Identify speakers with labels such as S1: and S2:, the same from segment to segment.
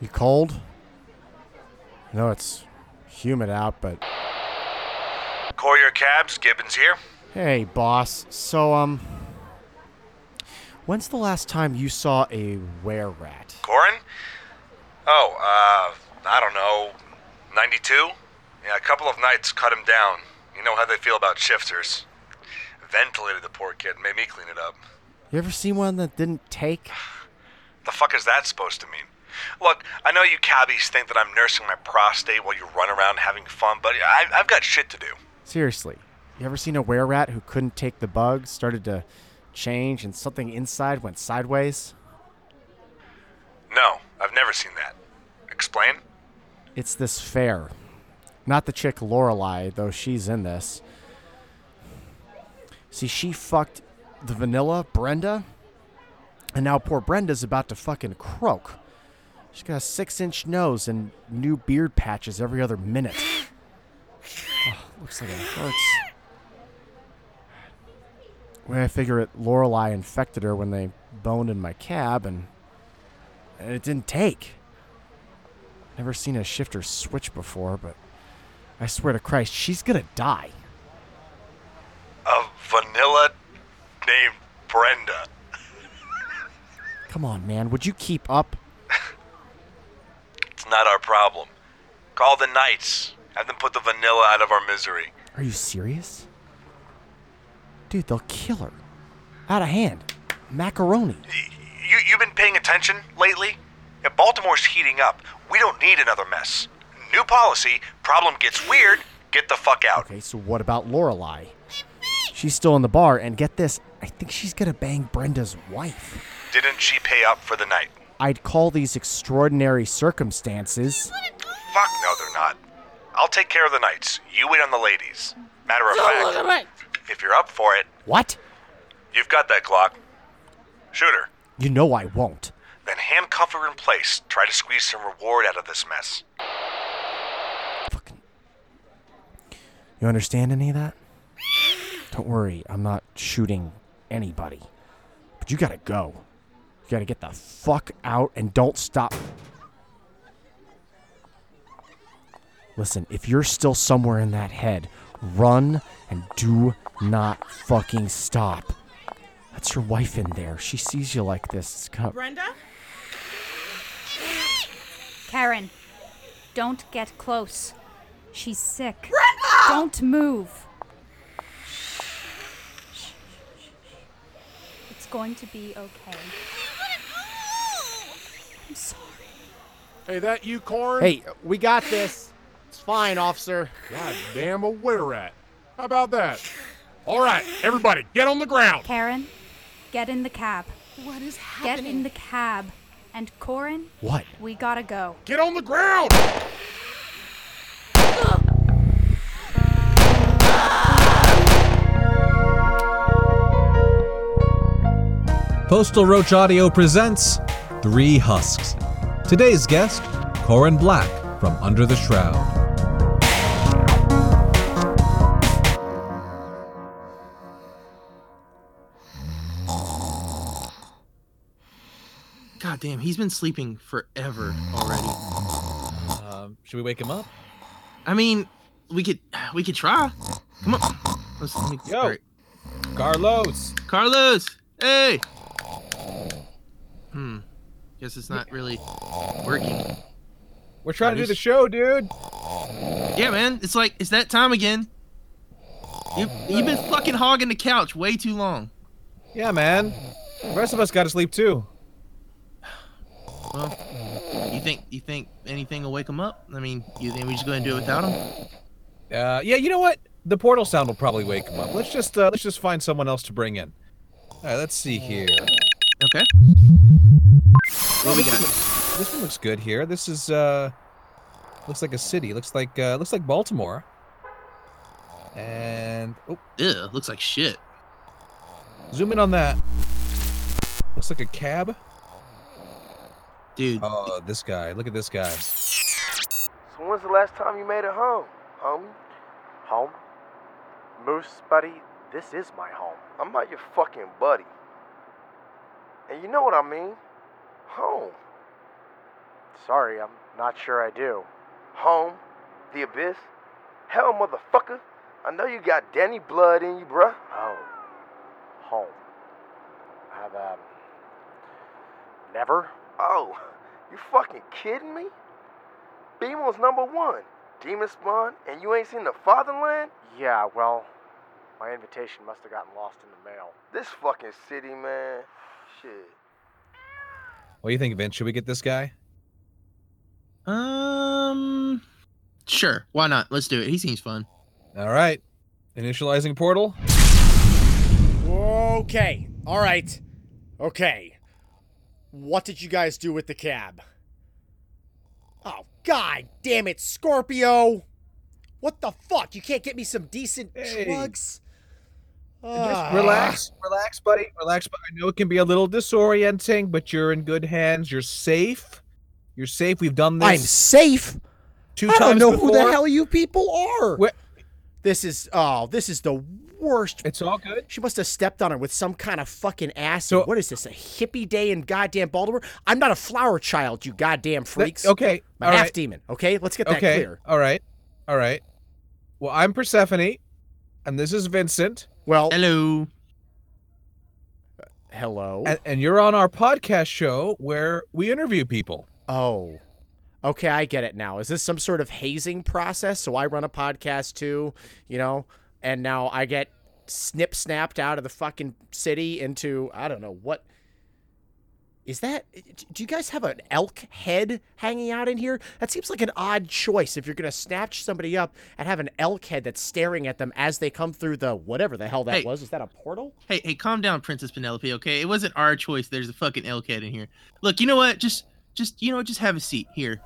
S1: You cold? I know it's humid out, but
S2: Courier Cabs, Gibbons here.
S1: hey, boss. So um, when's the last time you saw a were rat?
S2: Corin? Oh, uh, I don't know, 92? Yeah, a couple of nights cut him down. You know how they feel about shifters. Ventilated the poor kid, made me clean it up.
S1: You ever seen one that didn't take?
S2: The fuck is that supposed to mean? Look, I know you cabbies think that I'm nursing my prostate while you run around having fun, but I, I've got shit to do.
S1: Seriously, you ever seen a were rat who couldn't take the bug, started to change, and something inside went sideways?
S2: No, I've never seen that. Explain?
S1: It's this fair. Not the chick Lorelei, though she's in this. See, she fucked the vanilla, Brenda, and now poor Brenda's about to fucking croak. She's got a six inch nose and new beard patches every other minute. Oh, looks like it hurts. When I figure it, Lorelei infected her when they boned in my cab, and, and it didn't take. Never seen a shifter switch before, but I swear to Christ, she's gonna die.
S2: A vanilla named Brenda.
S1: Come on, man, would you keep up?
S2: It's not our problem. Call the Knights. Have them put the vanilla out of our misery.
S1: Are you serious? Dude, they'll kill her. Out of hand. Macaroni.
S2: Y- You, you've been paying attention lately? Yeah, Baltimore's heating up. We don't need another mess. New policy, problem gets weird, get the fuck out.
S1: Okay, so what about Lorelai? She's still in the bar, and get this, I think she's gonna bang Brenda's wife.
S2: Didn't she pay up for the night?
S1: I'd call these extraordinary circumstances.
S2: Fuck no, they're not. I'll take care of the Knights. You wait on the ladies. Matter of fact, if you're up for it,
S1: What?
S2: you've got that clock. Shooter,
S1: You know I won't.
S2: then handcuff her in place. Try to squeeze some reward out of this mess.
S1: Fucking. You understand any of that? Don't worry, I'm not shooting anybody. But you gotta go. You gotta get the fuck out and don't stop. Listen, if you're still somewhere in that head, run and do not fucking stop. That's your wife in there. She sees you like this. It's kind of-
S3: Brenda?
S4: Karen, don't get close. She's sick. Don't move. It's going to be okay. I'm sorry.
S5: Hey, that you, Corin?
S1: Hey, we got this. It's fine, officer.
S5: God damn, a where at? How about that? All right, everybody, get on the ground.
S4: Karen, get in the cab.
S3: What is
S4: Get
S3: happening?
S4: in the cab. And Corin,
S1: What?
S4: we gotta go.
S5: Get on the ground.
S6: Postal Roach Audio presents Three Husks. Today's guest, Corin Black from Under the Shroud.
S7: God damn, he's been sleeping forever already.
S6: Um, should we wake him up?
S7: I mean, we could we could try. Come on. Let's, let me,
S6: Yo.
S7: all right.
S6: Carlos!
S7: Carlos. Hey. Hmm. Guess it's not really working.
S6: We're
S7: trying to do the
S6: show, dude!
S7: Yeah, man. It's like it's that time again. You you've been fucking hogging the couch way too long.
S6: Yeah, man. The rest of us gotta sleep too.
S7: Well, you think you think anything will wake him up? I mean, you think we just gonna do it without him?
S6: Uh, yeah, you know what? The portal sound will probably wake him up. Let's just uh, let's just find someone else to bring in. Alright, let's see here.
S7: Okay. What we got?
S6: This one looks good here. This is uh looks like a city. Looks like uh looks like Baltimore. And oh
S7: Ugh, looks like shit.
S6: Zoom in on that. Looks like a cab.
S7: Dude,
S6: Oh, this guy. Look at this guy.
S8: So when's the last time you made it home, homie?
S1: Home? Moose, buddy, this is my home.
S8: I'm not your fucking buddy. And you know what I mean. Home.
S1: Sorry, I'm not sure I do.
S8: Home? The Abyss? Hell, motherfucker. I know you got Danny blood in you, bruh.
S1: Oh, home. I've, um, never?
S8: Oh, you fucking kidding me? Beamon's number one. Demon Spawn, and you ain't seen the Fatherland?
S1: Yeah, well, my invitation must have gotten lost in the mail.
S8: This fucking city, man. Shit.
S6: What do you think, Vince? Should we get this guy?
S7: Um, sure. Why not? Let's do it. He seems fun.
S6: All right. Initializing portal.
S1: Okay. All right. Okay. What did you guys do with the cab? Oh, god damn it, Scorpio! What the fuck? You can't get me some decent
S6: Hey.
S1: slugs? Ah.
S6: Relax, relax, buddy. Relax. bu- I know it can be a little disorienting, but you're in good hands. You're safe. You're safe. We've done
S1: I'm
S6: this
S1: safe.
S6: two
S1: I don't
S6: times
S1: know
S6: before.
S1: who the hell you people are.
S6: Wh-
S1: This is oh, this is the worst.
S6: It's all good.
S1: She must have stepped on her with some kind of fucking acid.
S6: So-
S1: what is this? A hippie day in goddamn Baltimore? I'm not a flower child, you goddamn
S6: Th-
S1: freaks.
S6: Okay.
S1: I'm a
S6: all
S1: half
S6: right.
S1: demon. Okay, let's get that
S6: Okay.
S1: clear.
S6: All right. All right. Well, I'm Persephone, and this is Vincent,
S1: Well,
S7: Hello.
S1: hello.
S6: and, and you're on our podcast show where we interview people.
S1: oh, okay, I get it now. Is this some sort of hazing process? So I run a podcast too, you know, and now I get snip snapped out of the fucking city into I don't know what. Is that? Do you guys have an elk head hanging out in here? That seems like an odd choice. If you're gonna snatch somebody up and have an elk head that's staring at them as they come through the whatever the hell that
S7: Hey.
S1: was. Is that a portal?
S7: Hey, hey, calm down, Princess Penelope. Okay, it wasn't our choice. There's a fucking elk head in here. Look, you know what? Just, just, you know, what? just have a seat here.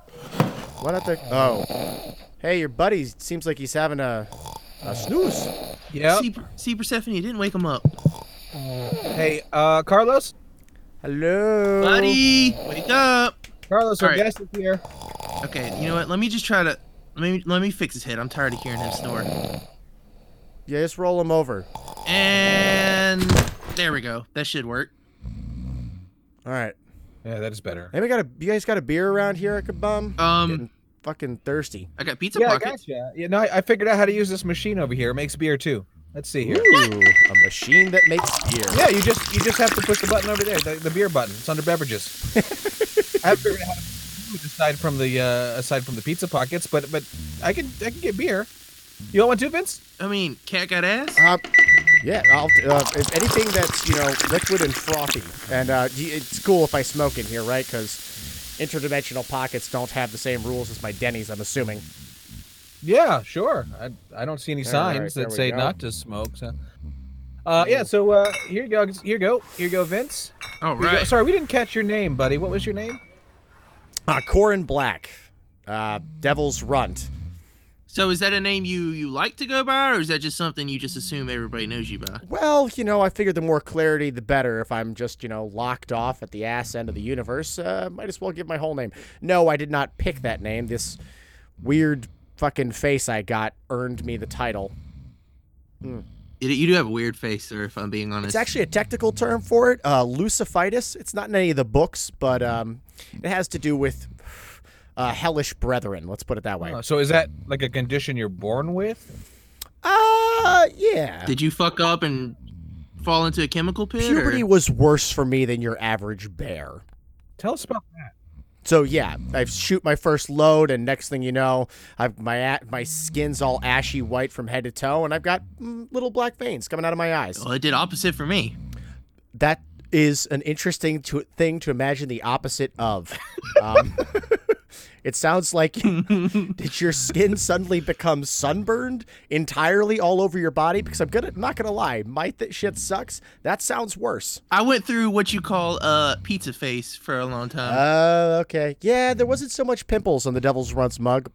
S1: What not the? Oh, hey, your buddy seems like he's having a a snooze.
S6: Yeah.
S7: See, see, Persephone it didn't wake him up.
S6: Hey, uh, Carlos.
S1: Hello,
S7: Buddy, wake up.
S6: Carlos, our
S7: All right.
S6: guest is here.
S7: Okay, you know what? Let me just try to. Let me, let me fix his head. I'm tired of hearing him snore.
S1: Yeah, just roll him over.
S7: And there we go. That should work.
S1: All right.
S6: Yeah, that is better.
S1: Hey, we got a. You guys got a beer around here I could bum?
S7: Um,
S1: Fucking thirsty.
S7: I got pizza
S6: Yeah, I
S7: pockets.
S6: gotcha. Yeah, no, I, I figured out how to use this machine over here. It makes beer too. Let's see here.
S1: Ooh, a machine that makes beer.
S6: Yeah, you just you just have to push the button over there, the, the beer button. It's under beverages. I haven't figured out how to food aside from the uh, aside from the pizza pockets, but but I can I can get beer. You want one too, Vince?
S7: I mean, cat got ass.
S1: Uh, yeah, I'll. Uh, if anything that's you know liquid and frothy, and uh, y- it's cool if I smoke in here, right? Because interdimensional pockets don't have the same rules as my Denny's. I'm assuming.
S6: Yeah, sure. I, I don't see any
S1: All
S6: signs
S1: right, there
S6: that
S1: we
S6: say
S1: go.
S6: not to smoke. So. Uh, yeah, so uh, here you go, here you go, here you go, Vince.
S7: All
S6: Here you go.
S7: right.
S6: Sorry, Uh, we didn't catch your name, buddy. What was your name?
S1: Uh, Corin Black, uh, Devil's Runt.
S7: So is that a name you you like to go by, or is that just something you just assume everybody knows you by?
S1: Well, you know, I figured the more clarity, the better. If I'm just, you know, locked off at the ass end of the universe, uh, might as well give my whole name. No, I did not pick that name. This weird fucking face I got earned me the title.
S7: You, you do have a weird face, sir. If I'm being honest.
S1: It's actually a technical term for it, uh, leucophytus. It's not in any of the books, but um, it has to do with uh, hellish brethren. Let's put it that way.
S6: Uh, so is that like a condition you're born with?
S1: Uh, yeah.
S7: Did you fuck up and fall into a chemical pit? or-
S1: Puberty was worse for me than your average bear.
S6: Tell us about that.
S1: So yeah, I shoot my first load, and next thing you know, I've my a- my skin's all ashy white from head to toe, and I've got mm, little black veins coming out of my eyes.
S7: Well, it did opposite for me.
S1: That is an interesting to- thing to imagine the opposite of. Um, it sounds like did your skin suddenly become sunburned entirely all over your body? Because I'm gonna I'm not gonna lie, might that shit sucks. That sounds worse.
S7: I went through what you call uh, pizza face for a long time.
S1: Oh, okay. Yeah, there wasn't so much pimples on the Devil's Runt's mug.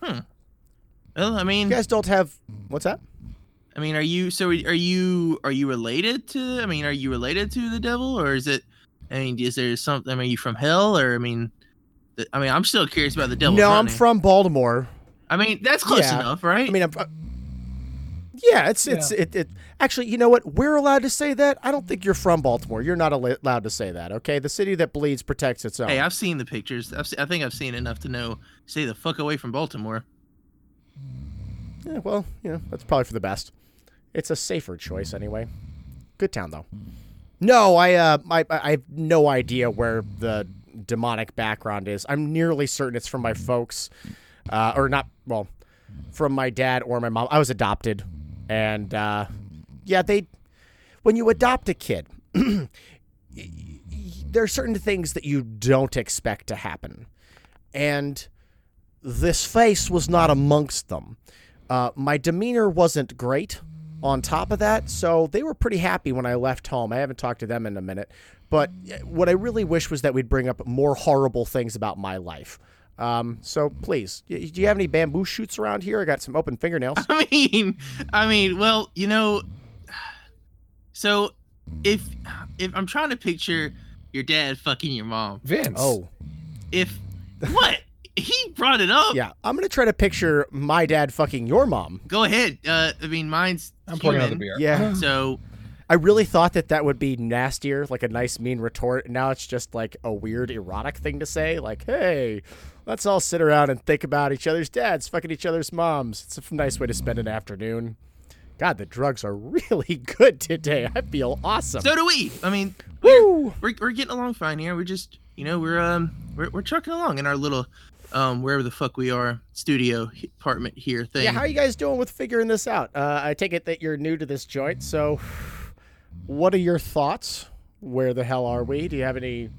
S7: well, I mean,
S1: You guys don't have what's that?
S7: I mean, are you so? Are you are you related to? I mean, are you related to the devil, or is it? I mean, is there something? I mean, are you from hell, or I mean, th- I mean, I'm still curious about the devil.
S1: No, I'm from Baltimore.
S7: I mean, that's close
S1: Yeah.
S7: enough, right?
S1: I mean, I'm, uh, Yeah, it's it's It, it. Actually, you know what? We're allowed to say that. I don't think you're from Baltimore. You're not al- allowed to say that. Okay, the city that bleeds protects its own.
S7: Hey, I've seen the pictures. I've se- I think I've seen enough to know stay the fuck away from Baltimore.
S1: Yeah, well, you know that's probably for the best. It's a safer choice anyway. Good town though. No, I uh, I I I have no idea where the demonic background is. I'm nearly certain it's from my folks, uh, or not. Well, from my dad or my mom. I was adopted, and uh, yeah, they. When you adopt a kid, there are certain things that you don't expect to happen, and this face was not amongst them. Uh, my demeanor wasn't great on top of that, so they were pretty happy when I left home. I haven't talked to them in a minute, but eh, what I really wish was that we'd bring up more horrible things about my life. Um, so please, y- do you have any bamboo shoots around here? I got some open fingernails.
S7: I mean, I mean, well, you know, so if if I'm trying to picture your dad fucking your mom,
S6: Vince.
S1: Oh,
S7: if what he brought it up,
S1: yeah. I'm gonna try to picture my dad fucking your mom.
S7: go ahead. Uh, I mean, mine's
S6: I'm pouring another
S7: human,
S6: beer.
S1: Yeah,
S7: So
S1: I really thought that that would be nastier, like a nice mean retort. Now it's just like a weird erotic thing to say, like, "Hey, let's all sit around and think about each other's dads, fucking each other's moms." It's a nice way to spend an afternoon. God, the drugs are really good today. I feel awesome.
S7: so do we. I mean,
S1: Woo!
S7: we're, we're getting along fine here. We're just, you know, we're um we're, we're trucking along in our little um wherever the fuck we are studio h- apartment here thing.
S1: Yeah, how are you guys doing with figuring this out? Uh, I take it that you're new to this joint, so what are your thoughts? Where the hell are we? Do you have any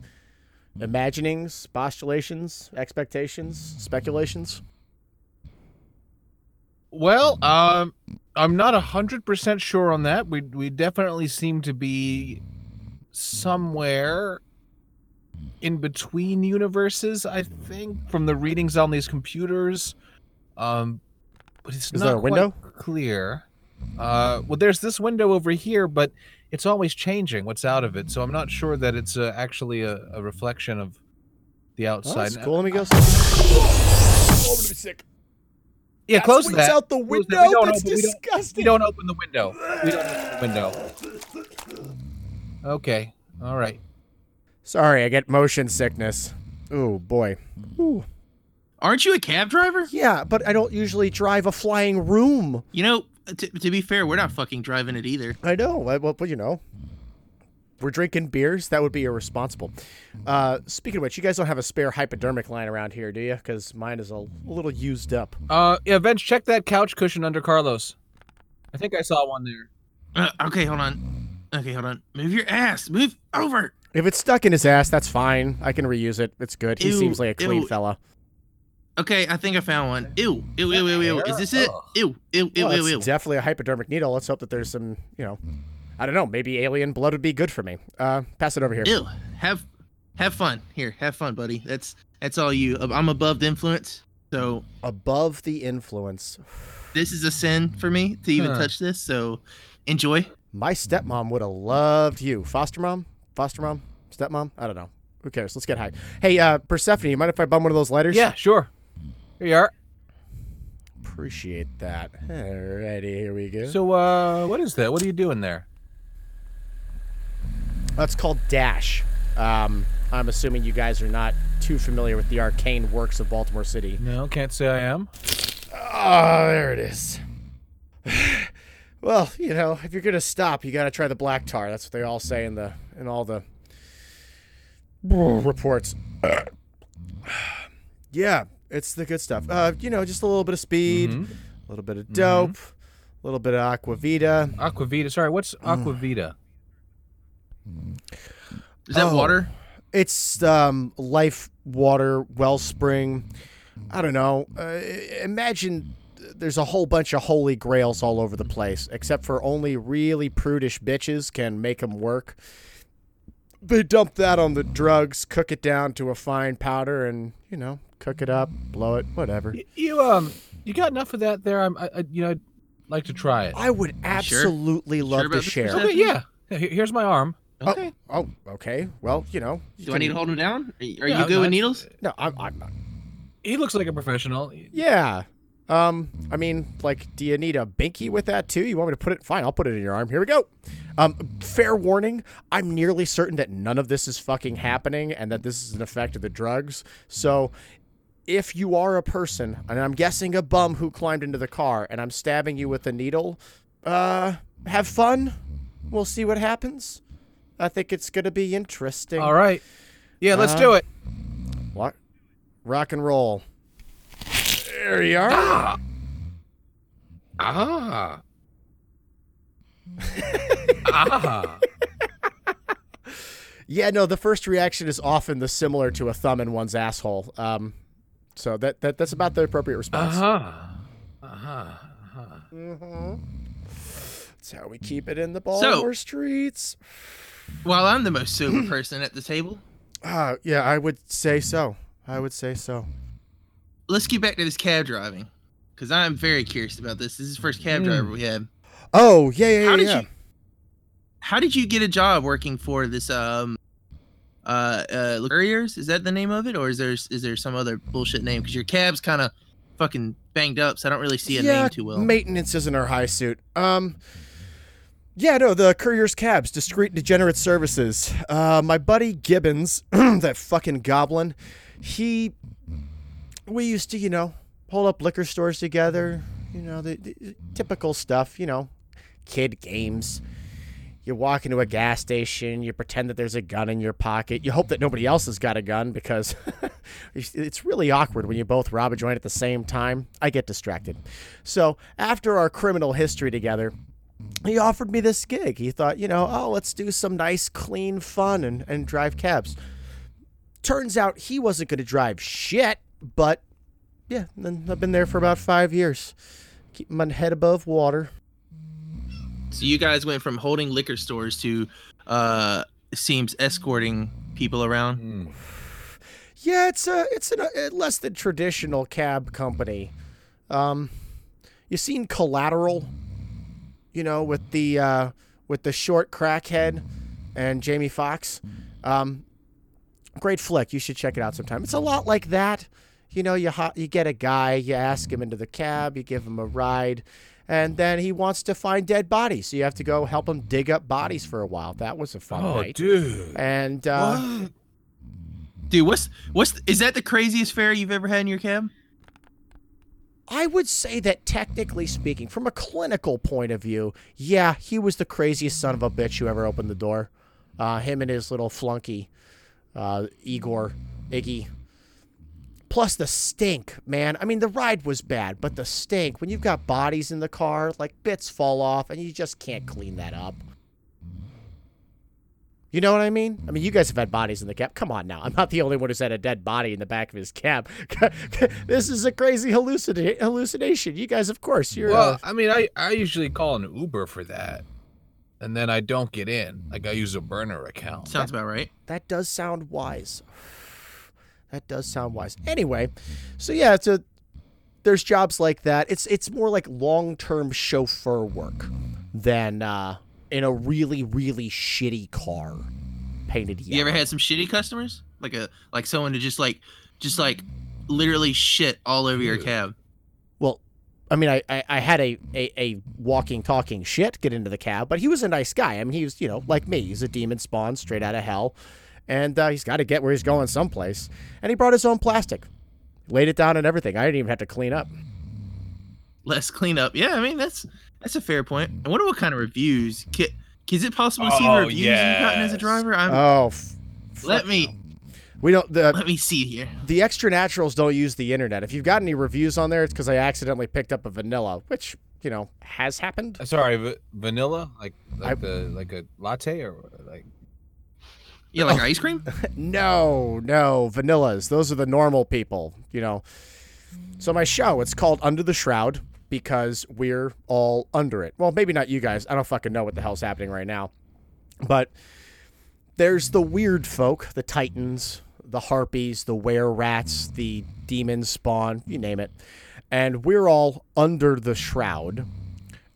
S1: imaginings, postulations, expectations, speculations?
S6: Well, um, I'm not hundred percent sure on that. We we definitely seem to be somewhere in between universes. I think from the readings on these computers, um, but it's
S1: Is
S6: not
S1: there a
S6: quite
S1: window?
S6: clear. Uh, well, there's this window over here, but it's always changing what's out of it. So I'm not sure that it's uh, actually a, a reflection of the
S1: Oh,
S6: outside. Uh,
S1: that's cool. Let me go. Oh,
S6: Yeah,
S1: That
S6: close
S1: squeaks
S6: that.
S1: out the
S6: Close that.
S1: window.
S6: We don't
S1: That's
S6: open- we don't-
S1: disgusting.
S6: We don't open the window. We don't open the window. Okay. All right.
S1: Sorry, I get motion sickness. Oh boy. Ooh.
S7: Aren't you a cab driver?
S1: Yeah, but I don't usually drive a flying room.
S7: You know, t- to be fair, we're not fucking driving it either.
S1: I know. I, well, but you know, we're drinking beers. That would be irresponsible. Uh, speaking of which, you guys don't have a spare hypodermic line around here, do you? Because mine is a little used up.
S6: Uh, yeah, Vince, check that couch cushion under Carlos. I think I saw one there.
S7: Uh, okay, hold on. Okay, hold on. Move your ass. Move over.
S1: If it's stuck in his ass, that's fine. I can reuse it. It's good. He
S7: Ew,
S1: seems like a clean
S7: ew.
S1: fella.
S7: Okay, I think I found one. Ew, ew, ew, ew, ew. Is this it? Ew, ew, ew,
S1: Well,
S7: ew,
S1: it's
S7: ew.
S1: definitely a hypodermic needle. Let's hope that there's some, you know, I don't know. Maybe alien blood would be good for me. Uh, pass it over here.
S7: Ew. Have, have fun. Here, have fun, buddy. That's that's all you. I'm above the influence, so
S1: Above the influence.
S7: this is a sin for me to even
S6: Huh.
S7: touch this. So, enjoy.
S1: My stepmom would have loved you. Foster mom? Foster mom? Stepmom? I don't know. Who cares? Let's get high. Hey, uh, Persephone, you mind if I bum one of those lighters?
S6: Yeah, sure. Here you are.
S1: Appreciate that. Alrighty, here we go.
S6: So, uh, what is that? What are you doing there?
S1: That's called Dash. Um, I'm assuming you guys are not too familiar with the arcane works of Baltimore City.
S6: No, can't say I am.
S1: Oh, there it is. well, you know, if you're gonna stop, you gotta try the black tar. That's what they all say in the in all the reports. yeah, it's the good stuff. Uh, you know, just a little bit of speed,
S6: Mhm.
S1: a little bit of dope, a little bit of aquavita.
S6: Aquavita. Sorry, what's
S1: Mm.
S6: Aquavita?
S7: Is that
S1: Oh.
S7: water?
S1: It's um, life, water, wellspring. I don't know. Uh, imagine there's a whole bunch of holy grails all over the place, except for only really prudish bitches can make them work. They dump that on the drugs, cook it down to a fine powder, and you know, cook it up, blow it, whatever.
S6: You, you um, you got enough of that there? I'm, I, I you know, I'd like to try it.
S1: I would
S7: sure?
S1: absolutely love
S7: about
S1: to
S7: this
S1: share.
S7: percent?
S6: Okay, yeah. Yeah, here- Here's my arm.
S1: Oh, Oh, okay. Well, you know, you
S7: Do I need to
S1: can-
S7: hold him down? Are, you- are
S6: Yeah,
S7: you good
S6: no,
S7: with
S6: it's-
S7: needles?
S1: No, I'm, I'm not.
S6: He looks like a professional.
S1: Yeah. Um, I mean, like, do you need a binky with that too? You want me to put it? Fine, I'll put it in your arm. Here we go. Um, fair warning, I'm nearly certain that none of this is fucking happening and that this is an effect of the drugs. So, if you are a person, and I'm guessing a bum who climbed into the car, and I'm stabbing you with a needle, uh, have fun. We'll see what happens. I think it's gonna be interesting.
S6: All right. Yeah, let's do it.
S1: What? Rock and roll. There you are.
S5: Ah.
S6: Ah.
S1: Yeah, no, the first reaction is often the similar to a thumb in one's asshole. Um, so that, that that's about the appropriate response.
S6: Uh-huh. Uh-huh.
S1: That's how we keep it in the Baltimore
S7: Baltimore
S1: streets.
S7: While I'm the most sober person at the table,
S1: Uh, yeah, I would say so. I would say so.
S7: let's get back to this cab driving because I'm very curious about this. This is the first cab driver we had.
S1: Oh yeah, yeah, yeah.
S7: How did
S1: Mm. yeah.
S7: you? How did you get a job working for this um uh uh couriers? Is that the name of it, or is there is there some other bullshit name? Because your cab's kind of fucking banged up, so I don't really see a
S1: yeah,
S7: name too well.
S1: Maintenance isn't our high suit. Um, yeah, no, the courier's cabs, discreet degenerate services. Uh, my buddy Gibbons, that fucking goblin, he, we used to, you know, hold up liquor stores together. You know, the, the typical stuff. You know, kid games. You walk into a gas station, you pretend that there's a gun in your pocket. You hope that nobody else has got a gun because it's- it's really awkward when you both rob a joint at the same time. I get distracted. So, after our criminal history together, he offered me this gig. He thought, you know, oh, let's do some nice, clean fun and, and drive cabs. Turns out he wasn't going to drive shit, but yeah, then I've been there for about five years. Keep my head above water.
S7: So you guys went from holding liquor stores to uh it seems escorting people around.
S1: Yeah, it's a it's an, a less than traditional cab company. Um, you seen Collateral? You know, with the uh, with the short crackhead and Jamie Foxx. Um, great flick. You should check it out sometime. It's a lot like that. You know, you ho- you get a guy, you ask him into the cab, you give him a ride, and then he wants to find dead bodies. So you have to go help him dig up bodies for a while. That was a fun
S5: Oh,
S1: night.
S5: dude.
S1: And uh,
S7: Dude, what's what's th- is that the craziest fare you've ever had in your cab?
S1: I would say that technically speaking, from a clinical point of view, yeah, he was the craziest son of a bitch who ever opened the door. Uh, him and his little flunky, uh, Igor, Iggy. Plus the stink, man. I mean, the ride was bad, but the stink. When you've got bodies in the car, like bits fall off, and you just can't clean that up. You know what I mean? I mean, you guys have had bodies in the cab. Come on now. I'm not the only one who's had a dead body in the back of his cab. this is a crazy hallucina- hallucination. You guys, of course, you're. uh,
S6: Well, I mean, I, I usually call an Uber for that. And then I don't get in. Like I use a burner account.
S7: Sounds about right.
S1: that does sound wise. That does sound wise. Anyway, so yeah, it's a there's jobs like that. It's it's more like long term chauffeur work than uh, in a really really shitty car painted yellow.
S7: You ever had some shitty customers? Like a like someone to just like just like literally shit all over your cab.
S1: well, I mean, I, I, I had a, a, a walking, talking shit get into the cab, but he was a nice guy. I mean, he was, you know, like me. He's a demon spawn straight out of hell. And uh, he's got to get where he's going someplace. And he brought his own plastic, laid it down and everything. I didn't even have to clean up.
S7: Less cleanup. Yeah, I mean that's that's a fair point. I wonder what kind of reviews. Ki- Is it possible to see the
S6: Oh,
S7: reviews you've gotten as a
S6: yes.
S7: driver? I'm,
S1: Oh, f-
S7: let me
S1: we don't. The,
S7: let me see here.
S1: the extra naturals don't use the internet. If you've got any reviews on there, it's because I accidentally picked up a vanilla, which, you know, has happened.
S6: Uh, Sorry, va- vanilla, like like
S1: I-
S6: the like a latte or like.
S7: Yeah, like ice cream.
S1: No, no, vanillas. Those are the normal people, you know. So my show, it's called Under the Shroud because we're all under it. Well, maybe not you guys. I don't fucking know what the hell's happening right now. But there's the weird folk, the titans, the harpies, the were rats, the demon spawn, you name it. And we're all under the shroud.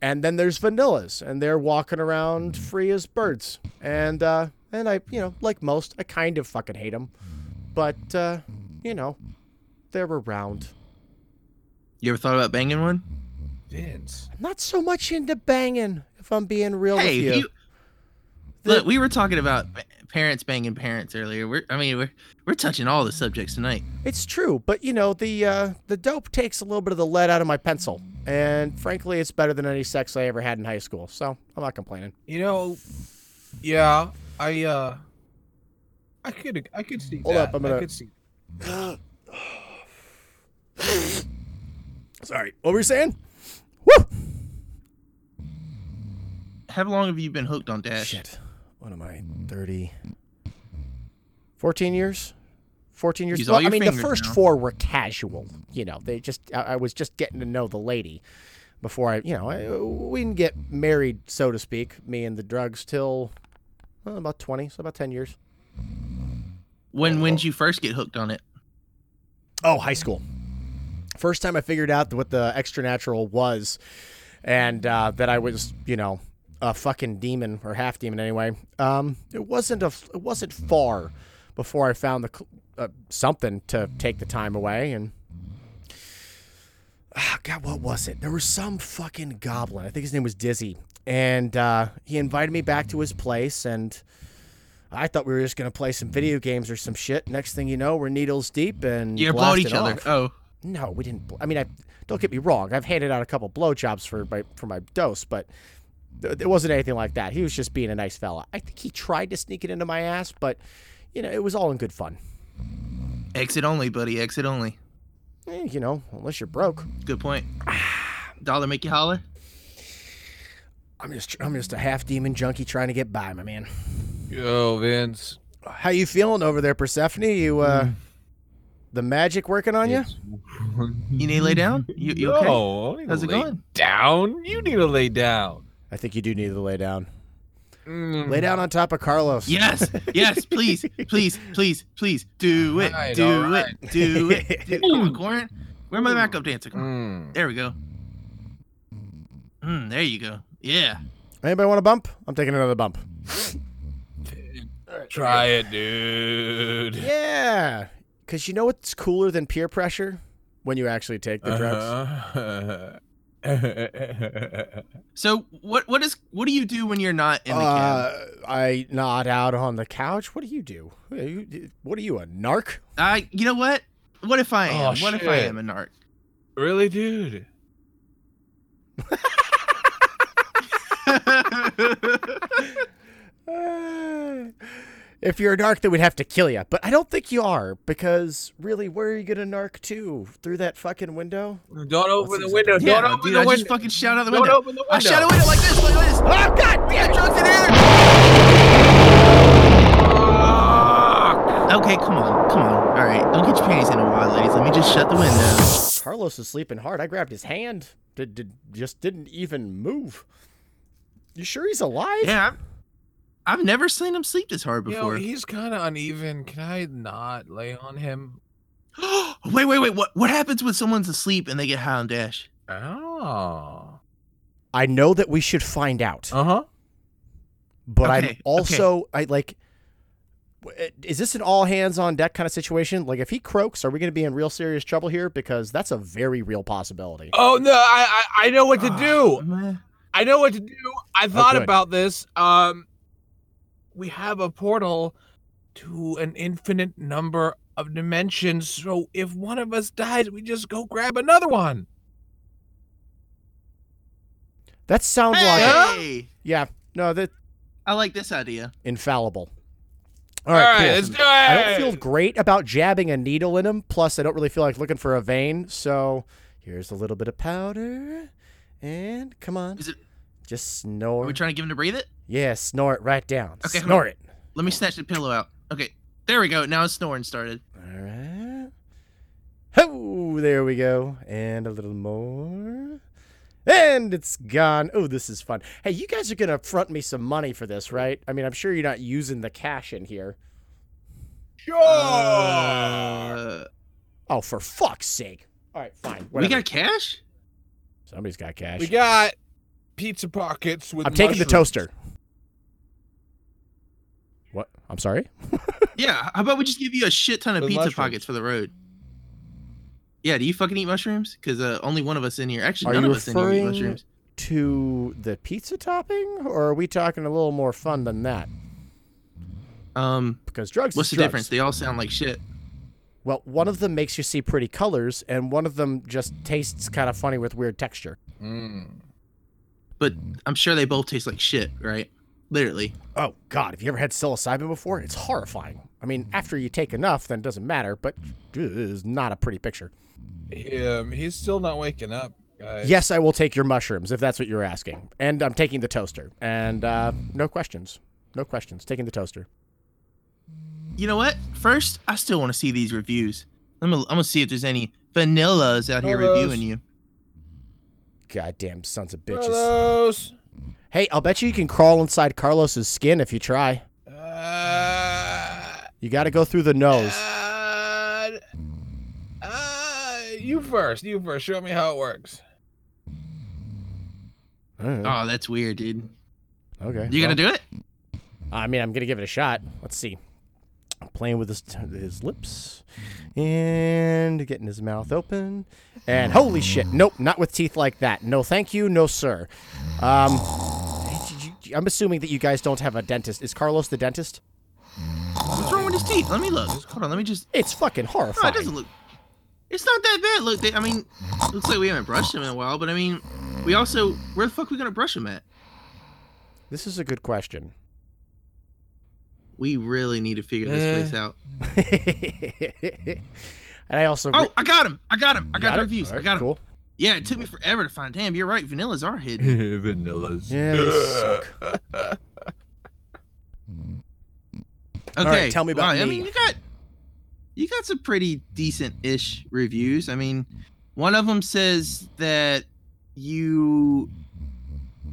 S1: And then there's vanillas, and they're walking around free as birds. And uh, and I, you know, like most, I kind of fucking hate them, but uh, you know, they're around.
S7: You ever thought about banging one?
S6: Vince.
S1: Not so much into banging, if I'm being real with
S7: Hey,
S1: you.
S7: you- look, we were talking about ba- parents banging parents earlier. We're, I mean, we're we're touching all the subjects tonight.
S1: It's true, but you know the uh, the dope takes a little bit of the lead out of my pencil, and frankly, it's better than any sex I ever had in high school. So I'm not complaining.
S6: You know, yeah, I uh, I could I could see.
S1: Hold
S6: that.
S1: up, I'm gonna-
S6: I could see.
S1: Sorry, what were you saying? Woo!
S7: How long have you been hooked on Dash?
S1: Shit. What am I? 30. 14 years? 14 years.
S7: Use
S1: Well,
S7: all
S1: I
S7: your
S1: mean, the
S7: fingers
S1: first
S7: now.
S1: four were casual. You know, they just, I, I was just getting to know the lady before I, you know, I, we didn't get married, so to speak, me and the drugs, till well, about 20, so about 10 years.
S7: When when did you first get hooked on it?
S1: Oh, high school. First time I figured out what the extra natural was and uh, that I was, you know, a fucking demon or half demon anyway. Um, it wasn't a it wasn't far before I found the cl- uh, something to take the time away and Ah, God, what was it? There was some fucking goblin. I think his name was Dizzy, and uh, he invited me back to his place, and I thought we were just gonna play some video games or some shit. Next thing you know, we're needles deep and
S7: You applaud
S1: blasted
S7: each other.
S1: off.
S7: Oh,
S1: No, we didn't. bl- I mean, I don't get me wrong. I've handed out a couple blowjobs for my for my dose, but th- it wasn't anything like that. He was just being a nice fella. I think he tried to sneak it into my ass, but you know, it was all in good fun.
S7: exit only, buddy. Exit only.
S1: Eh, you know, unless you're broke.
S7: Good point. Dollar make you holler.
S1: I'm just I'm just a half demon junkie trying to get by, my man.
S6: Yo, Vince.
S1: How you feeling over there, Persephone? You uh, the magic working on you?
S7: You need to lay down. You, you okay?
S6: No, I don't need to
S7: How's it
S6: lay
S7: going?
S6: Down. You need to lay down.
S1: I think you do need to lay down.
S6: Mm,
S1: Lay down on top of Carlos.
S7: Yes, yes, please, please, please, please, do it,
S6: Alright,
S7: do
S6: alright.
S7: it, do it. Do Come on, Corin. Where my backup dancer? Come on.
S6: mm.
S7: There we go. Mm, there you go. Yeah.
S1: Anybody want a bump? I'm taking another bump.
S6: Try it, dude.
S1: Yeah, because you know what's cooler than peer pressure when you actually take the drugs.
S6: Uh-huh.
S7: So what what is what do you do when you're not in the cab?
S1: Uh, I nod out on the couch. What do you do? What are you, what are you, a narc?
S7: I you know what? What if I am?
S6: Oh,
S7: what if I
S6: shit.
S7: am a narc?
S6: really, dude?
S1: Uh, if you're a narc, then we'd have to kill you. But I don't think you are, because really, where are you gonna narc to? Through that fucking window?
S6: Don't open the
S1: seems
S6: window.
S7: yeah,
S6: Don't open
S7: dude,
S6: the
S7: I
S6: window.
S7: just fucking shout out the
S6: Don't
S7: window.
S6: open the
S7: I shout out
S6: window.
S7: the window like this, like this. Oh god, we got drugs in here. Okay, come on, come on. All right, don't get your panties in a while, ladies. Let me just shut the window.
S1: Carlos is sleeping hard. I grabbed his hand. Did, did just didn't even move. You sure he's alive?
S7: Yeah, I've, I've never seen him sleep this hard
S6: You know,
S7: before.
S6: he's kind of uneven. Can I not lay on him?
S7: wait, wait, wait. What what happens when someone's asleep and they get high on dash?
S6: Oh.
S1: I know that we should find out.
S6: Uh huh.
S1: but I'm
S7: Okay,
S1: also I like. w- eh, Is this an all hands on deck kind of situation? Like, if he croaks, are we going to be in real serious trouble here? Because that's a very real possibility.
S6: Oh no, I, I I know what to
S7: Ah.
S6: do.
S7: Man.
S6: I know what to do. I thought
S1: Oh, good.
S6: about this. Um, we have a portal to an infinite number of dimensions. So if one of us dies, we just go grab another one.
S1: That's sound logic.
S7: Hey,
S1: Yeah, no, that
S7: I like this idea.
S1: infallible. All right, cool.
S6: let's do it.
S1: I don't feel great about jabbing a needle in him. Plus, I don't really feel like looking for a vein. So, here's a little bit of powder, and come on,
S7: Is it?
S1: just
S7: Are
S1: snore.
S7: we trying to give him to breathe it?
S1: yeah, snore it right down.
S7: Okay, hold on.
S1: snore it.
S7: Let me snatch the pillow out. Okay, there we go. Now his snoring started.
S1: All right. Oh, there we go. And a little more. And it's gone. Oh, this is fun. Hey, you guys are going to front me some money for this, right? I mean, I'm sure you're not using the cash in here.
S6: Sure.
S7: Oh. Uh,
S1: Oh, for fuck's sake. All right, fine.
S7: we
S1: Whatever.
S7: got cash.
S1: Somebody's got cash.
S6: we got pizza pockets with.
S1: I'm taking the
S6: mushrooms.
S1: toaster. What? I'm sorry?
S7: Yeah. How about we just give you a shit ton of
S6: With
S7: pizza
S6: mushrooms.
S7: pockets for the road? Yeah, do you fucking eat mushrooms? Because uh, only one of us in here. Actually,
S1: Are
S7: none
S1: you
S7: of us in here eat
S1: referring-
S7: mushrooms.
S1: To the pizza topping, or are we talking a little more fun than that?
S7: Um,
S1: Because drugs.
S7: what's
S1: is
S7: the
S1: drugs.
S7: difference? They all sound like shit.
S1: Well, one of them makes you see pretty colors, and one of them just tastes kind of funny with weird texture.
S7: But I'm sure they both taste like shit, right? Literally.
S1: Oh God, have you ever had psilocybin before? It's horrifying. I mean, after you take enough, then it doesn't matter, but it is not a pretty picture.
S6: Um, he's still not waking up, guys.
S1: Yes, I will take your mushrooms if that's what you're asking, and I'm taking the toaster. And uh, no questions, no questions. Taking the toaster.
S7: You know what? First, I still want to see these reviews. I'm gonna, I'm gonna see if there's any vanillas out here
S6: Vanillas.
S7: reviewing you.
S1: Goddamn sons of bitches.
S6: Carlos.
S1: Hey, I'll bet you you can crawl inside Carlos's skin if you try.
S6: Uh,
S1: You got to go through the nose.
S6: uh, uh, you first. You first. Show me how it works.
S1: Uh,
S7: Oh, that's weird, dude.
S1: okay.
S7: You gonna do it?
S1: I mean, I'm gonna give it a shot. Let's see. I'm playing with his his lips and getting his mouth open. And holy shit! Nope, not with teeth like that. No, thank you, no sir. Um, I'm assuming that you guys don't have a dentist. Is Carlos the dentist?
S7: What's wrong with his teeth? Let me look. Hold on. Let me just.
S1: It's fucking
S7: Oh,
S1: horrifying.
S7: it doesn't look. It's not that bad. Look, they, I mean, looks like we haven't brushed him in a while. But I mean, we also where the fuck we gonna brush him at?
S1: this is a good question.
S7: We really need to figure
S6: Eh.
S7: this place out.
S1: and I also
S7: Oh, I got him! I got him! I
S1: Got
S7: got, the
S1: it?
S7: reviews. I
S1: Alright,
S7: got him.
S1: cool.
S7: Yeah, it took me forever to find. Damn, you're right. Vanillas are hidden.
S6: Vanillas.
S1: Yeah, they suck.
S7: Okay,
S1: right, tell me about
S7: wow, I
S1: me.
S7: mean, you got you got some pretty decent-ish reviews. I mean, one of them says that you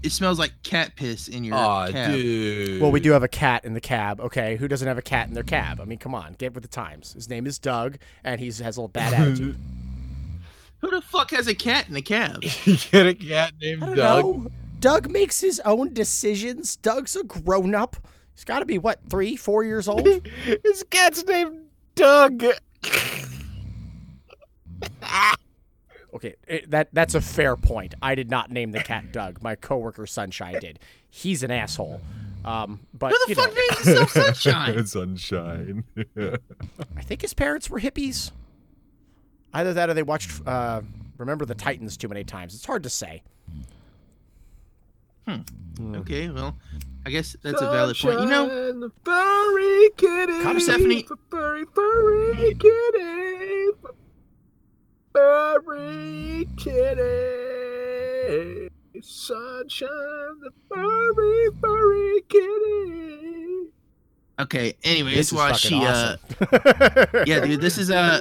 S7: it smells like cat piss in your
S6: Aw,
S7: cab.
S6: dude.
S1: Well, we do have a cat in the cab, okay? Who doesn't have a cat in their cab? I mean, come on, get with the times. His name is Doug, and he has a little bad attitude.
S7: Who the fuck has a cat in the cab?
S6: get a cat named
S1: I don't
S6: Doug.
S1: know. Doug makes his own decisions. Doug's a grown up. He's got to be, what, three, four years old?
S6: His cat's named Doug.
S1: okay, it- that that's a fair point. I did not name the cat Doug. My coworker Sunshine did. He's an asshole. Um, but
S7: Who the
S1: you
S7: fuck
S1: know,
S7: names himself Sunshine?
S5: Sunshine.
S1: I think his parents were hippies. Either that or they watched uh, Remember the Titans too many times. It's hard to say.
S7: okay,
S1: Mm-hmm.
S7: well, I guess that's a valid point. You know,
S6: Sunshine, furry kitty.
S7: Connor Stephanie-
S6: Furry, furry kitty. Furry kitty. Sunshine, the furry, furry kitty.
S7: okay. Anyway,
S1: This
S7: that's
S1: is fucking
S7: why she. Uh,
S1: awesome.
S7: yeah, dude, this is uh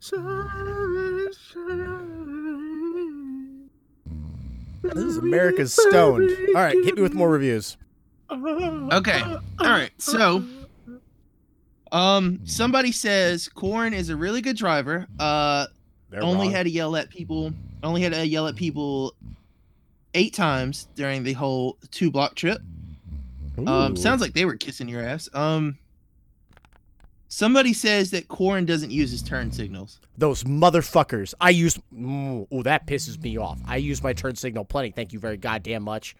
S6: Sunshine.
S1: This is America's stoned. All right, hit me with more reviews.
S7: Okay. All right. So, um,
S1: Mm-hmm.
S7: somebody says Corin is a really good driver. Uh,
S1: They're
S7: only
S1: wrong.
S7: had to yell at people. Only had to yell at people eight times during the whole two block trip. Um, sounds like they were kissing your ass. Um, somebody says that Corin doesn't use his turn signals.
S1: Those motherfuckers. I use. Mm, oh, that pisses me off. I use my turn signal plenty. Thank you very goddamn much.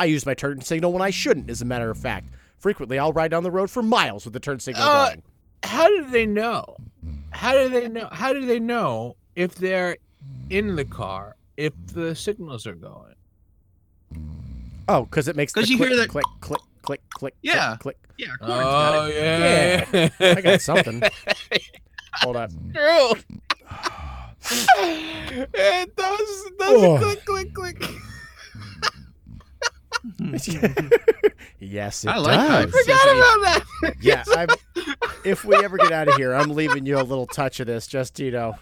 S1: I use my turn signal when I shouldn't, as a matter of fact. Frequently, I'll ride down the road for miles with the turn signal
S6: Uh,
S1: going.
S6: How do they know? How do they know? How do they know if they're in the car if the signals are going?
S1: Oh, because it makes
S7: Because
S1: the
S7: you
S1: click,
S7: hear that-
S1: click, click, click, click,
S7: Yeah.
S1: click,
S7: Yeah, Corin's
S1: Oh,
S7: got it.
S1: yeah.
S6: Oh, yeah.
S1: click. I got something. Hold up.
S6: True. it does. Does
S1: Oh.
S6: click, click, click.
S1: yes, it
S7: I like how it
S1: does.
S7: says
S6: Forgot
S7: that he-
S6: about that.
S1: yeah, I'm, if we ever get out of here, I'm leaving you a little touch of this just to, you know,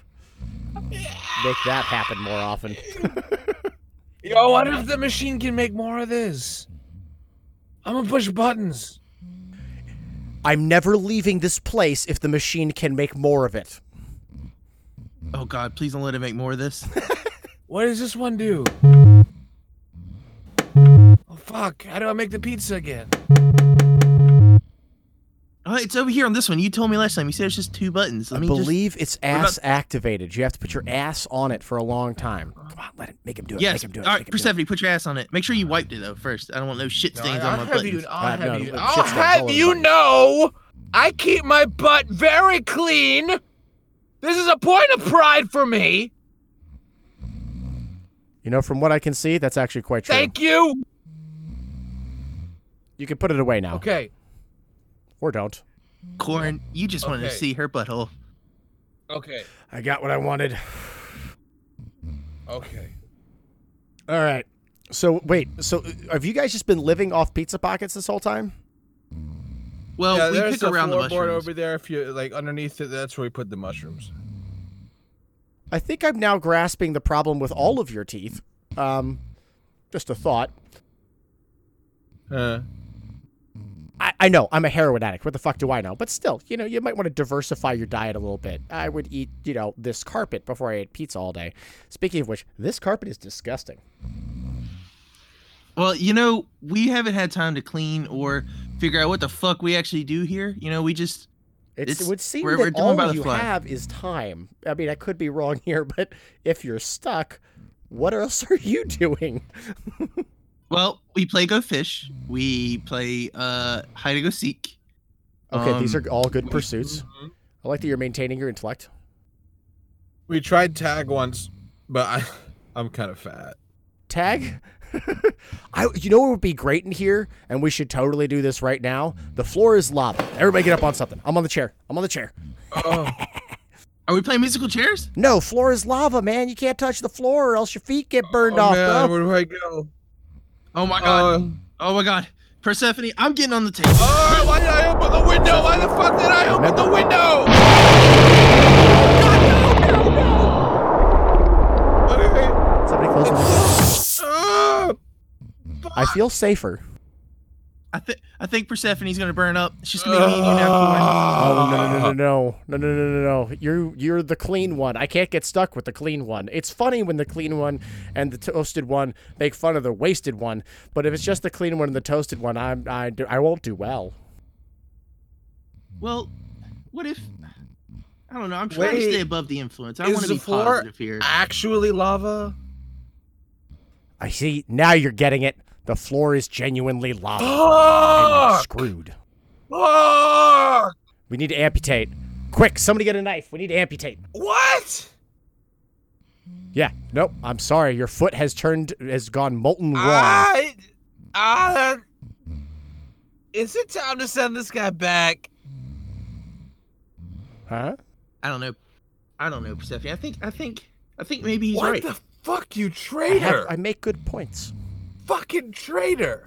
S1: make that happen more often.
S6: Yo, what if the machine can make more of this? I'm gonna push buttons.
S1: I'm never leaving this place if the machine can make more of it.
S7: Oh God! Please don't let him make more of this.
S6: What does this one do? Oh fuck! How do I make the pizza again?
S7: Oh, Oh, it's over here on this one. You told me last time. You said it's just two buttons. Let
S1: I
S7: me
S1: believe it's
S7: about-
S1: ass activated. You have to put your ass on it for a long time. Come on, let him make him do it.
S7: Just... Yes.
S1: Make him do it.
S7: All
S1: make
S7: right,
S1: him do it.
S7: Persephone, put your ass on it. Make sure you wiped it though first. I don't want no shit stains
S3: I'll
S7: on my
S3: have you,
S7: buttons.
S3: I'll
S1: I've known
S3: have you,
S1: that
S3: I'll
S1: shit's got a hole
S3: have
S1: in
S3: you
S1: the button.
S3: know I keep my butt very clean. This is a point of pride for me.
S1: You know, from what I can see, that's actually quite true.
S3: Thank you.
S1: you can put it away now,
S3: Okay.
S1: or don't.
S7: Corin, you just wanted
S3: Okay.
S7: to see her butthole.
S3: Okay.
S1: I got what I wanted.
S3: Okay.
S1: All right. So wait. So uh, have you guys just been living off pizza pockets this whole time?
S7: Well,
S6: yeah,
S7: we
S6: there's
S7: pick
S6: a
S7: around the
S6: floorboard
S7: mushrooms.
S6: over there. If you like underneath it, that's where we put the mushrooms.
S1: I think I'm now grasping the problem with all of your teeth. Um, just a thought.
S6: Uh,
S1: I, I know I'm a heroin addict. What the fuck do I know? But still, you know, you might want to diversify your diet a little bit. I would eat, you know, this carpet before I ate pizza all day. Speaking of which, this carpet is disgusting.
S7: Well, you know, we haven't had time to clean or figure out what the fuck we actually do here. You know, we just
S1: It's, it
S7: It's-
S1: would seem
S7: we're-
S1: that
S7: we're doing by
S1: all
S7: the
S1: you
S7: fly.
S1: have is time. I mean, I could be wrong here, but if you're stuck, what else are you doing?
S7: well, we play go fish. We play uh hide and go seek.
S1: Okay, these
S7: Um, mm-hmm.
S1: are all good pursuits. I like that you're maintaining your intellect.
S6: we tried tag once, but I, I'm kind of fat.
S1: Tag. I, you know what would be great in here, and we should totally do this right now. The floor is lava. Everybody, get up on something. I'm on the chair. I'm on the chair.
S6: Oh,
S7: Are we playing musical chairs?
S1: No, floor is lava, man. You can't touch the floor, or else your feet get burned
S6: oh
S1: off,
S6: man,
S1: bro.
S6: where do I go?
S7: Oh my god.
S3: Uh,
S6: Oh,
S7: oh my god. Persephone, I'm getting on the table.
S6: oh, why did I open the window? Why the fuck did I open the window? God, no, no, no. Okay.
S1: Somebody close the window.
S6: Ah.
S1: I feel safer.
S7: I think I think Persephone's gonna burn up. It's just me and you now,
S3: Uh.
S6: Ah.
S1: Oh no no no no no no no no no! no. You you're the clean one. I can't get stuck with the clean one. It's funny when the clean one and the toasted one make fun of the wasted one, but if it's just the clean one and the toasted one, I'm I do, I won't do well.
S7: Corin. Well, what if I don't know. I'm trying to
S6: Wait.
S7: stay above the influence. I
S6: Is
S7: want to
S6: the
S7: be
S6: floor
S7: positive here.
S6: Actually, lava.
S1: I see. Now you're getting it. The floor is genuinely lava. and you're
S6: Fuck!
S1: screwed.
S6: Fuck!
S1: We need to amputate. Quick, somebody get a knife. We need to amputate.
S6: What?
S1: Yeah. Nope. I'm sorry. Your foot has turned has gone molten raw.
S3: I, ah, that- is it time to send this guy back?
S1: Huh?
S7: I don't know. I don't know, Persephone. I think I think I think maybe he's
S3: what
S7: right.
S3: the fuck, you
S1: I, have,
S3: traitor!
S1: I make good points.
S3: Fucking traitor!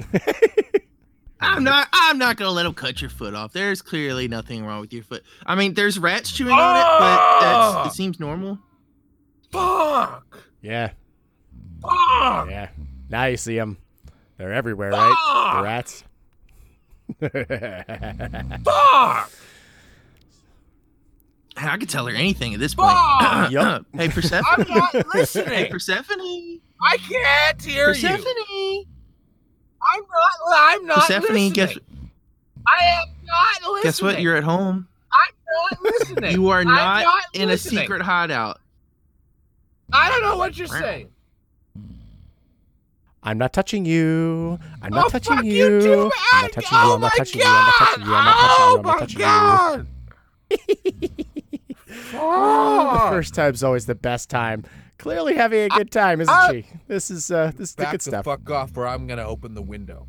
S7: I'm not. I'm not gonna let him cut your foot off. There's clearly nothing wrong with your foot. I mean, there's rats chewing on it, but that's,
S3: Ah!
S7: it seems normal.
S3: fuck!
S1: Yeah.
S3: Fuck!
S1: Yeah. Now you see them. They're everywhere,
S3: Ah!
S1: right? The rats.
S3: Fuck!
S7: Hey, I could tell her anything at this point.
S3: Fuck!
S1: Yup.
S7: Hey
S3: I'm
S7: Persephone.
S3: not
S7: hey
S3: listening!
S7: Persephone.
S3: I can't hear
S7: Persephone.
S3: you! I'm not, I'm not
S7: Persephone.
S3: listening!
S7: Guess
S3: I am not listening!
S7: guess what? You're at home.
S3: I'm not listening!
S7: You are
S3: I'm
S7: not,
S3: not
S7: in a
S3: listening.
S7: secret hideout.
S3: I don't know what you're saying!
S1: I'm not touching you. I'm not
S3: oh,
S1: touching
S3: fuck
S1: you.
S3: you too,
S1: I'm
S3: man.
S1: not touching you.
S3: oh
S1: I'm not
S3: my
S1: touching you. I'm not
S3: god!
S1: touching you. I'm not touching you. I'm not touching you.
S3: oh my
S7: Oh.
S1: The
S3: god!
S1: first time's always the best time. Clearly having a good time, isn't she? This is uh, this is the
S6: Back
S1: good
S6: the
S1: stuff.
S6: fuck off, or I'm gonna open the window.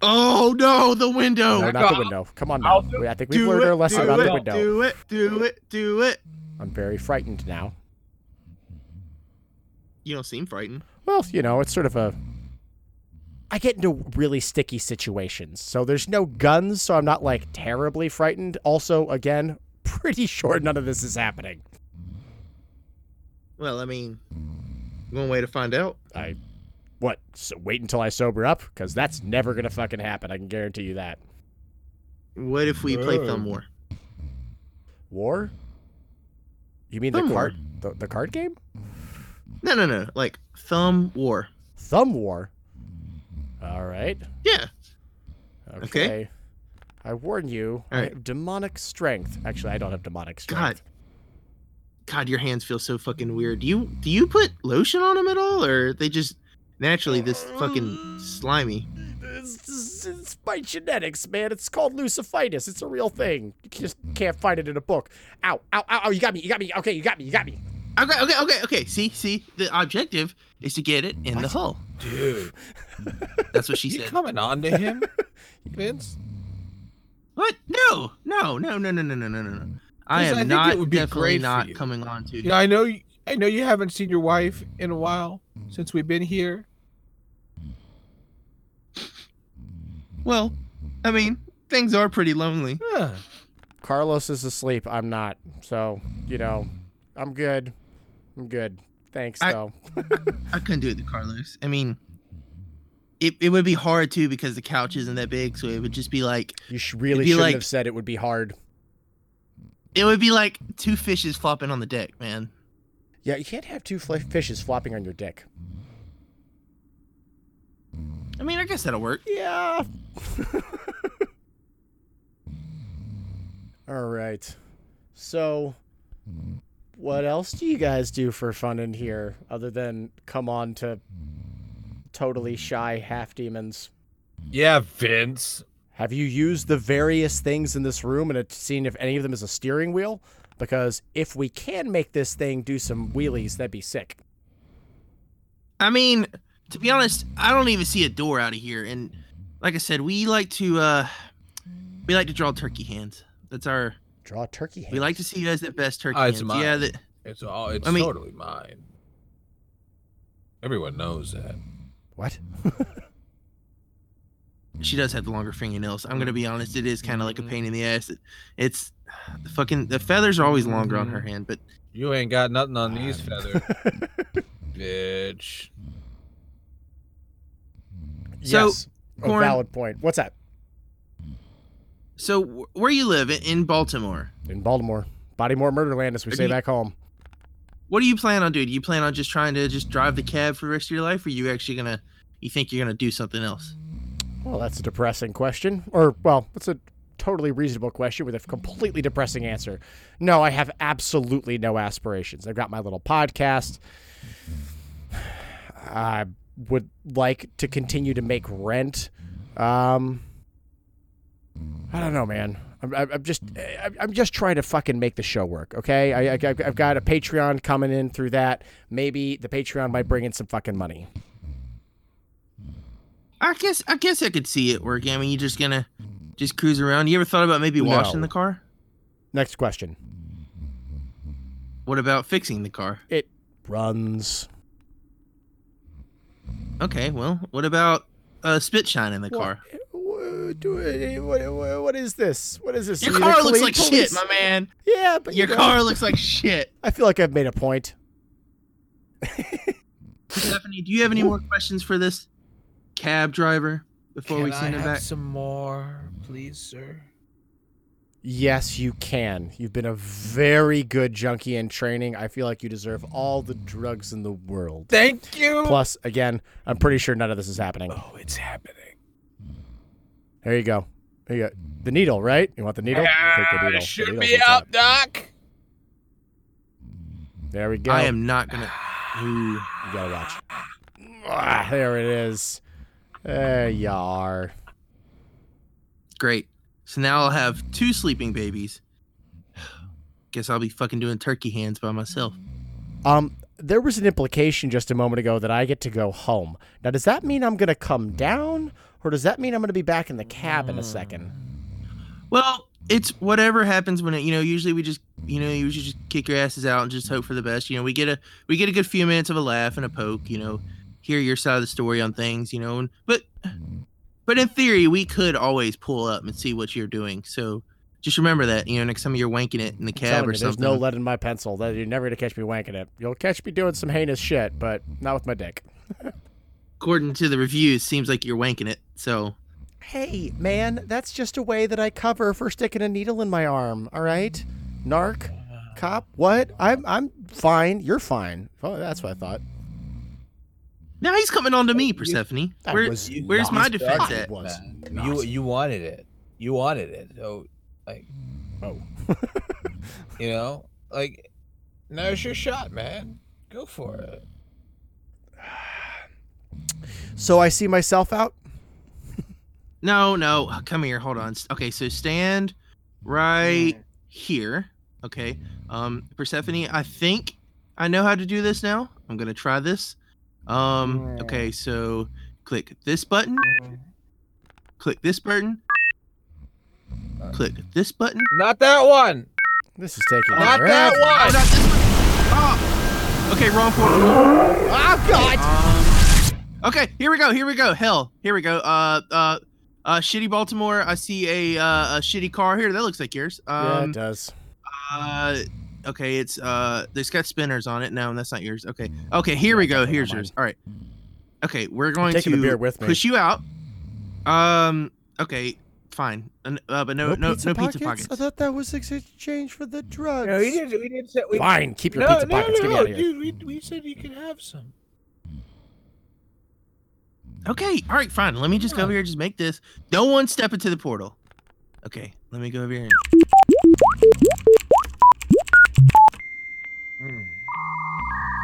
S7: Oh no! The window.
S1: No, not the window. Come on now.
S3: I'll do-
S1: Wait, I think we've
S7: Do
S1: learned
S7: it,
S1: our lesson
S7: do
S1: about the
S7: it,
S1: window.
S7: Do it. Do it. Do it.
S1: I'm very frightened now.
S7: You don't seem frightened.
S1: Well, you know, it's sort of a. I get into really sticky situations. So there's no guns, so I'm not like terribly frightened. Also, again, pretty sure none of this is happening.
S7: Well, I mean, one way to find out.
S1: I. What? So wait until I sober up? Because that's never going to fucking happen. I can guarantee you that.
S7: What if we play
S6: Oh.
S7: Thumb War?
S1: War? You mean
S7: Thumb
S1: the
S7: War.
S1: card the, the card game?
S7: No, no, no. Like Thumb War.
S1: Thumb War. All right.
S7: Yeah.
S1: Okay. I warn you, I
S7: Alright.
S1: have demonic strength. Actually, I don't have demonic
S7: God.
S1: strength.
S7: God, your hands feel so fucking weird. Do you do you put lotion on them at all, or they just naturally this fucking slimy?
S1: It's, it's, it's my genetics, man. It's called leucophytus. It's a real thing. You just can't find it in a book. Ow, ow, ow, ow. You got me. You got me. Okay, you got me. You got me.
S7: Okay, okay, okay, okay. See, see, the objective is to get it in the hole.
S6: Dude,
S7: That's what she
S6: you
S7: said.
S6: coming on to him, Vince?
S7: What? No, no, no, no, no, no, no, no, no. no. I
S6: Chris,
S7: am
S6: I think
S7: not
S6: it would be
S7: definitely
S6: great for
S7: not
S6: you.
S7: coming on to.
S6: You know, I know, y- I know you haven't seen your wife in a while since we've been here.
S7: Well, I mean, things are pretty lonely.
S6: Huh.
S1: Carlos is asleep. I'm not. So, you know, I'm good. I'm good. Thanks,
S7: I-
S1: though.
S7: I couldn't do it to Carlos. I mean, it, it would be hard too because the couch isn't that big, so it would just be like
S1: You sh- really
S7: be
S1: shouldn't
S7: like-
S1: have said it would be hard.
S7: it would be like two fishes flopping on the deck, man.
S1: Yeah, you can't have two fl- fishes flopping on your dick.
S7: I mean, I guess that'll work.
S1: Yeah. All right. So, what else do you guys do for fun in here other than come on to totally shy half demons?
S5: Yeah, Vince.
S1: Have you used the various things in this room and it's seen if any of them is a steering wheel? Because if we can make this thing do some wheelies, that'd be sick.
S7: I mean, to be honest, I don't even see a door out of here. And like I said, we like to uh we like to draw turkey hands. That's our
S1: Draw a turkey hand.
S7: we like to see you as the best turkey
S6: Ah, it's
S7: hands.
S6: mine.
S7: Yeah, that
S5: It's all. It's
S7: I mean-
S5: totally mine. Everyone knows that.
S1: what?
S7: she does have the longer fingernails. I'm gonna be honest, it is kind of like a pain in the ass. It, it's the fucking the feathers are always longer on
S6: Mm.
S7: her hand, but
S6: You ain't got nothing on these feathers, bitch.
S7: So,
S1: yes. a
S7: Corin-
S1: valid point. What's that?
S7: so wh- where you live in- in Baltimore,
S1: In Baltimore. Bodymore Murderland, as we
S7: Are
S1: say
S7: you-
S1: back home.
S7: what do you plan on doing? Do you plan on just trying to just drive the cab for the rest of your life, or you actually gonna you think you're gonna do something else?
S1: Well, that's a depressing question. Or, well, that's a totally reasonable question with a completely depressing answer. No, I have absolutely no aspirations. I've got my little podcast. I would like to continue to make rent. Um, I don't know, man. I'm, I'm I'm just, I'm I'm just trying to fucking make the show work. Okay, I, I, I've I've got a Patreon coming in through that. Maybe the Patreon might bring in some fucking money.
S7: I guess I guess I could see it working. I mean, you're just gonna just cruise around. You ever thought about maybe washing
S1: No.
S7: the car?
S1: Next question.
S7: What about fixing the car?
S1: It runs.
S7: Okay, well, what about uh, spit shine in the car?
S1: What, do- what- what- what is this? What is this?
S7: Your
S1: Are you
S7: car
S1: the
S7: looks
S1: clean
S7: like
S1: police?
S7: shit, my man.
S1: Yeah, but you
S7: Your
S1: know,
S7: car looks like shit.
S1: I feel like I've made a point.
S7: Stephanie, do you have any more questions for this cab driver before we
S6: Can I
S7: send him
S6: have
S7: back?
S6: some more, please, sir?
S1: Yes, you can. You've been a very good junkie in training. I feel like you deserve all the drugs in the world.
S6: Thank you.
S1: Plus, again, I'm pretty sure none of this is happening.
S6: oh, it's happening.
S1: There you go. There you go. The needle, right? You want the needle? Take the
S5: Ah,
S1: needle. The
S5: shoot
S1: needle's
S5: me
S1: what's
S5: up,
S1: up.
S5: Doc.
S1: There we go.
S7: I am not gonna. Ooh.
S1: You gotta watch. Ah, there it is. There you are.
S7: Great. So now I'll have two sleeping babies. Guess I'll be fucking doing turkey hands by myself.
S1: Um, there was an implication just a moment ago that I get to go home. Now, does that mean I'm going to come down, or does that mean I'm going to be back in the cab in a second?
S7: Well, it's whatever happens when it, you know. Usually we just, you know, you usually just kick your asses out and just hope for the best. You know, we get a we get a good few minutes of a laugh and a poke. You know, hear your side of the story on things. You know, and but but in theory we could always pull up and see what you're doing. So just remember that. You know, next time you're wanking it in
S1: I'm
S7: the cab
S1: telling
S7: or
S1: you, there's
S7: something.
S1: no lead in my pencil. That you're never going to catch me wanking it. You'll catch me doing some heinous shit, but not with my dick.
S7: according to the reviews, seems like you're wanking it. So
S1: Hey, man, that's just a way that I cover for sticking a needle in my arm. All right, narc, cop, what? I'm I'm fine. You're fine. Oh, that's what I thought.
S7: now he's coming on to me, Persephane.
S1: That
S7: Where-
S1: was
S7: where's
S1: not
S7: my
S1: what
S7: defense
S1: I
S7: at?
S1: was
S6: You you wanted it. you wanted it. So, like,
S5: Oh.
S6: you know, like, now's your shot, man. Go for it.
S1: So I see myself out.
S7: No, no. Come here. Hold on. Okay, so stand right here. Okay. Um, Persephone, I think I know how to do this now. I'm gonna try this. Um, okay, so click this button.
S1: Uh.
S7: Click this button.
S1: Uh.
S7: Click this button.
S6: Not that one.
S1: This is taking
S6: Not
S1: forever.
S6: that
S7: Oh,
S6: one.
S7: not this one. Oh. Okay, wrong portal. Um,
S6: Oh God.
S7: Okay, here we go. Here we go. Hell, here we go. Uh, uh, uh, shitty Baltimore. I see a uh, a shitty car here. That looks like yours.
S1: Yeah,
S7: Um,
S1: it does.
S7: Uh, okay, it's uh, there's got spinners on it. No, that's not yours. Okay, okay, here we go. Here's yours. All right. Okay, we're going
S1: taking the
S7: to
S1: beer with me.
S7: push you out. Um. Okay. Fine. An- Uh, but no, no, no pizza
S1: pockets?
S7: pockets.
S1: I thought that was exchange for the drugs.
S6: No, we did. We did. Set, we,
S1: Fine, keep your
S6: no,
S1: pizza
S6: no,
S1: pockets. Get
S6: No,
S1: me
S6: no,
S1: out of here.
S6: dude. We, we said you could have some.
S7: Okay. All right. Fine. Let me just go over here. Just make this. No one step into the portal. Okay. Let me go over here. And-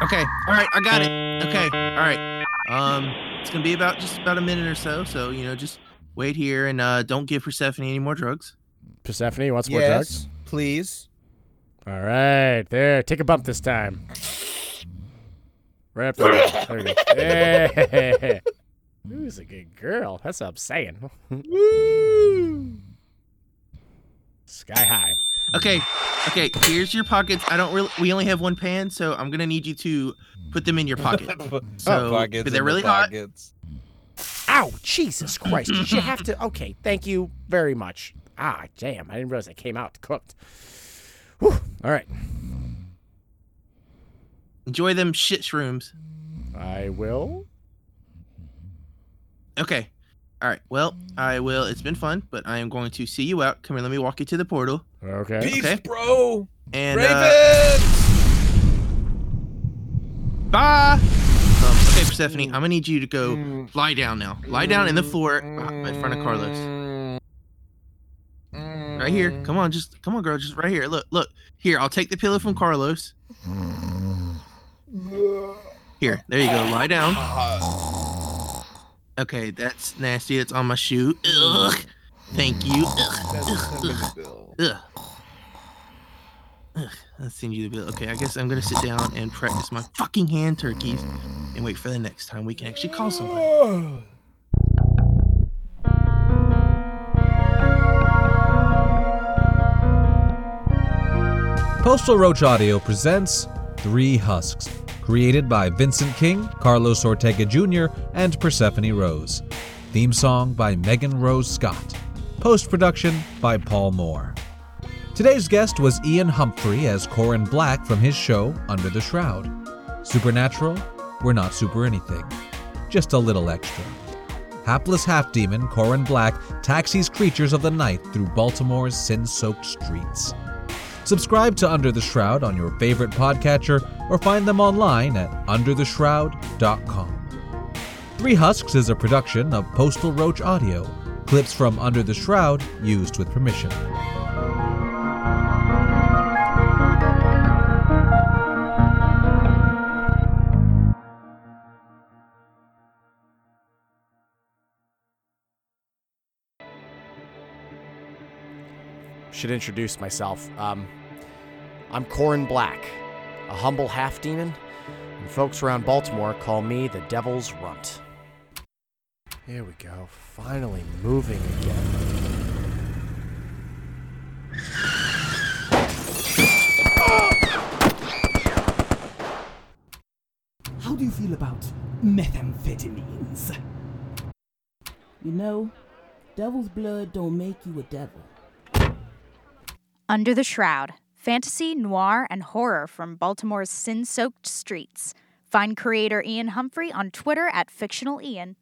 S7: Okay. All right. I got it. Okay. All right. Um, it's gonna be about just about a minute or so. So you know, just wait here and uh, don't give Persephone any more drugs.
S1: Persephone wants more drugs.
S6: yes, please.
S1: All right, there. Take a bump this time. Right up there. there you go. Hey. Who's a good girl? That's what I'm saying. Sky high.
S7: Okay. Okay. Here's your pockets. I don't really. We only have one pan, so I'm gonna need you to put them in your pocket.
S6: Oh.
S1: Oh.
S7: So,
S6: pockets
S7: but they're
S6: in the
S7: really hot.
S6: pockets.
S1: Ow, Jesus Christ. Did you have to? Okay, thank you very much. Ah, damn. I didn't realize I came out cooked. Whew. All right.
S7: Enjoy them shit shrooms.
S1: I will.
S7: Okay. All right. Well, I will. It's been fun, but I am going to see you out. Come here. Let me walk you to the portal.
S1: Okay.
S6: Peace,
S7: Okay.
S6: bro.
S7: And
S6: Raven.
S7: uh, bye. Um, okay, Persephone, I'm gonna need you to go lie down now. Lie down in the floor uh, in front of Carlos. Right here. Come on, just come on, girl. Just right here. Look, look. Here, I'll take the pillow from Carlos. Here, there you go. Lie down. Okay, that's nasty. It's on my shoe. Ugh. Thank you. Ugh. Ugh. Ugh. I'll send you the bill. Okay, I guess I'm gonna sit down and practice my fucking hand turkeys and wait for the next time we can actually call someone.
S6: Postal Roach Audio presents Three Husks, created by Vincent King, Carlos Ortega Jr., and Persephone Rose. Theme song by Megan Rose Scott. Post production by Paul Moore. Today's guest was Ian Humphrey as Corin Black from his show Under the Shroud. Supernatural? We're not super anything, just a little extra. Hapless half demon Corin Black taxis creatures of the night through Baltimore's sin soaked streets. Subscribe to Under the Shroud on your favorite podcatcher or find them online at undertheshroud.com. Three Husks is a production of Postal Roach Audio. Clips from Under the Shroud used with permission.
S1: should introduce myself. Um, I'm Corin Black, a humble half demon, and folks around Baltimore call me the Devil's Runt. Here we go, finally moving again.
S9: How do you feel about methamphetamines? You know, devil's blood don't make you a devil.
S4: Under the Shroud Fantasy, Noir, and Horror from Baltimore's Sin Soaked Streets. Find creator Ian Humphrey on Twitter at fictionalian.